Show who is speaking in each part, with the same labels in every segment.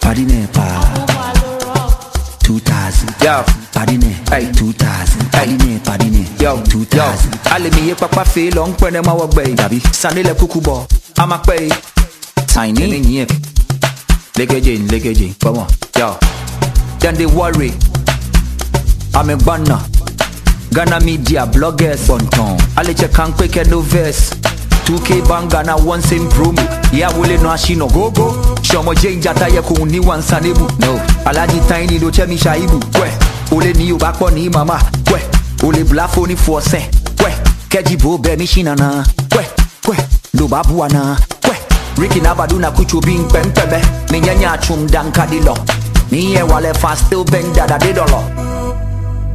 Speaker 1: Paddy Nepal, 2000.
Speaker 2: Yo.
Speaker 1: Paddy Ne,
Speaker 2: Hey.
Speaker 1: 2000. Paddy Ne, Paddy Ne,
Speaker 2: yo yo
Speaker 1: 2000.
Speaker 2: alemi ye papa fe lọ ń pẹrẹ mọwọ gbẹ yìí
Speaker 1: Tàbí.
Speaker 2: sani lẹ kúkú bọ a máa pẹ yìí ẹni
Speaker 1: Tiny,
Speaker 2: yẹn lẹgẹjẹ ní lẹgẹjẹ fọmọ yo dem dey worry i'm a gbana ghana media bloggers
Speaker 1: Bonton,
Speaker 2: aleche kankwe kendo verse 2k banga na one same promo yawole no ashino gogo ṣọmọ jẹ ìjàta yẹ kò ní wà ń sanébu
Speaker 1: No.
Speaker 2: alájí táyìn ló chẹ́mi ṣàìbù wẹ̀ olè ní yorùbá pọ̀ ní màmá wẹ̀ olè bláfó ní fọ̀ọ́sẹ̀ wẹ̀ kẹ́jìbó bẹ̀mí ṣìnàna wẹ̀ wẹ̀ ló bá bú àná wẹ̀ ricky nabadu na kucho bí ń pẹ́ńpẹ́bẹ́ mi yẹn yẹn àtúm dankadi lọ mi yẹn wàlẹ̀ fa still bend dada dé dọ̀lọ̀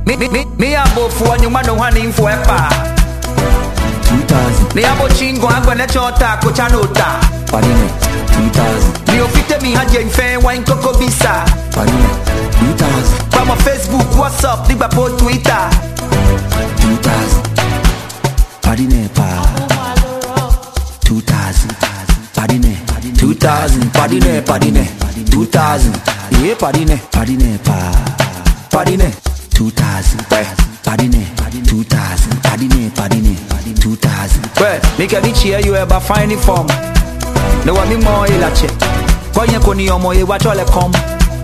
Speaker 2: mi mi mi mi abo fuọ nyuma no hwa ni nfo ẹpa
Speaker 1: 2000.
Speaker 2: mi abo chingo agbẹnẹ tí wọn ta kocha no ta
Speaker 1: Paddy Ne, 2000.
Speaker 2: mi ò fi tẹ̀mí hajj nfẹ́ wáyé kókó bí sá
Speaker 1: Paddy Ne, 2000.
Speaker 2: pamọ́ facebook whatsapp nígbà po twitter.
Speaker 1: 2000. Paddy Ne, Pa. 2000. Paddy Ne,
Speaker 2: 2000 Paddy Ne, Paddy Ne, 2000 Yeah, Paddy Ne,
Speaker 1: Paddy Ne, Pa.
Speaker 2: Paddy Ne,
Speaker 1: 2000.
Speaker 2: Hey.
Speaker 1: Paddy Ne, 2000. Paddy Ne, Paddy Ne, 2000.
Speaker 2: Well, make a bitch here, you ever find it from No, I'm more ilache Kwenye kuni omo ye wachole kom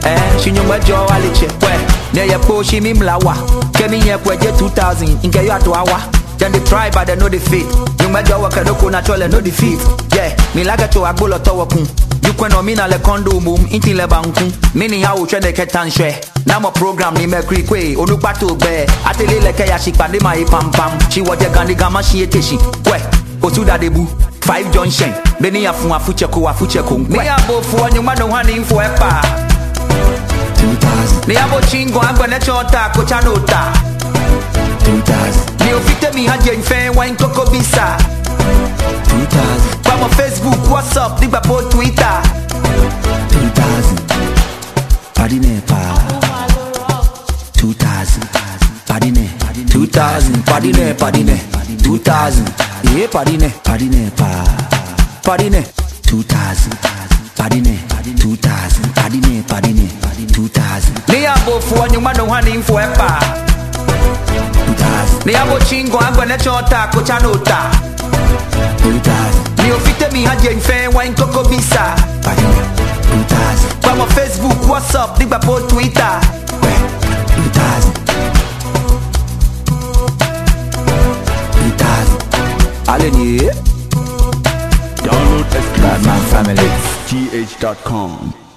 Speaker 2: Eh, shinyumwe jo aliche Well, ne ye po shimi mlawa Kemi nye kweje 2000 Inke yu atu awa Then they try but they know the fit Nyumwe jo wakedoko na chole no the fit Yeah, mi laga cho agbolo to wakun Yukwe no mina le kondo mum inti le bankun Mini ya uchwe ne ketan shwe Na mo program ni me kri kwe Onukpa to be Atele leke ya shikpande ma ipam pam She e waje gandi gama shi eteshi Weh, osudadebu five junction bẹẹni àfun àfúchẹkọ àfúchẹkọ ń pẹ. ní àbò fún ọyàn mọ́nà wà ní fún ẹ pa.
Speaker 1: 2000.
Speaker 2: ní àbò chingo agbẹ̀nẹ́tsọ̀ ta kòtsa n'o ta.
Speaker 1: 2000.
Speaker 2: ní òfin tẹ̀mí hajj ìfẹ́ wáyé kókó bí sa.
Speaker 1: 2000.
Speaker 2: pamọ́ facebook whatsapp nígbà po twitter.
Speaker 1: 2000. Paddy Ne, Pa. 2000. Paddy Ne,
Speaker 2: 2000 padi nẹ padi nẹ 2000 iye padi nẹ
Speaker 1: Paddy Ne, Pa.
Speaker 2: padi nẹ.
Speaker 1: 2000. Paddy Ne, 2000. Paddy Ne, Paddy Ne, 2000.
Speaker 2: ní àbò fún ọyàn mọ́nà wà ní fún ẹ pa.
Speaker 1: 2000.
Speaker 2: ní àbò chingo agbẹ̀nẹ́tsọ̀ ta kòtsa n'o ta.
Speaker 1: 2000.
Speaker 2: ní òfin tẹ̀mí hajj ìfẹ́ wáyé kókó bí sa.
Speaker 1: Paddy Ne, 2000.
Speaker 2: pamọ́ facebook whatsapp nígbà po twitter.
Speaker 1: Wait, 2000. 2000.
Speaker 2: alẹ́ nìyẹn.
Speaker 3: Download
Speaker 1: Batman
Speaker 3: exclusive
Speaker 1: family.
Speaker 3: gh.com.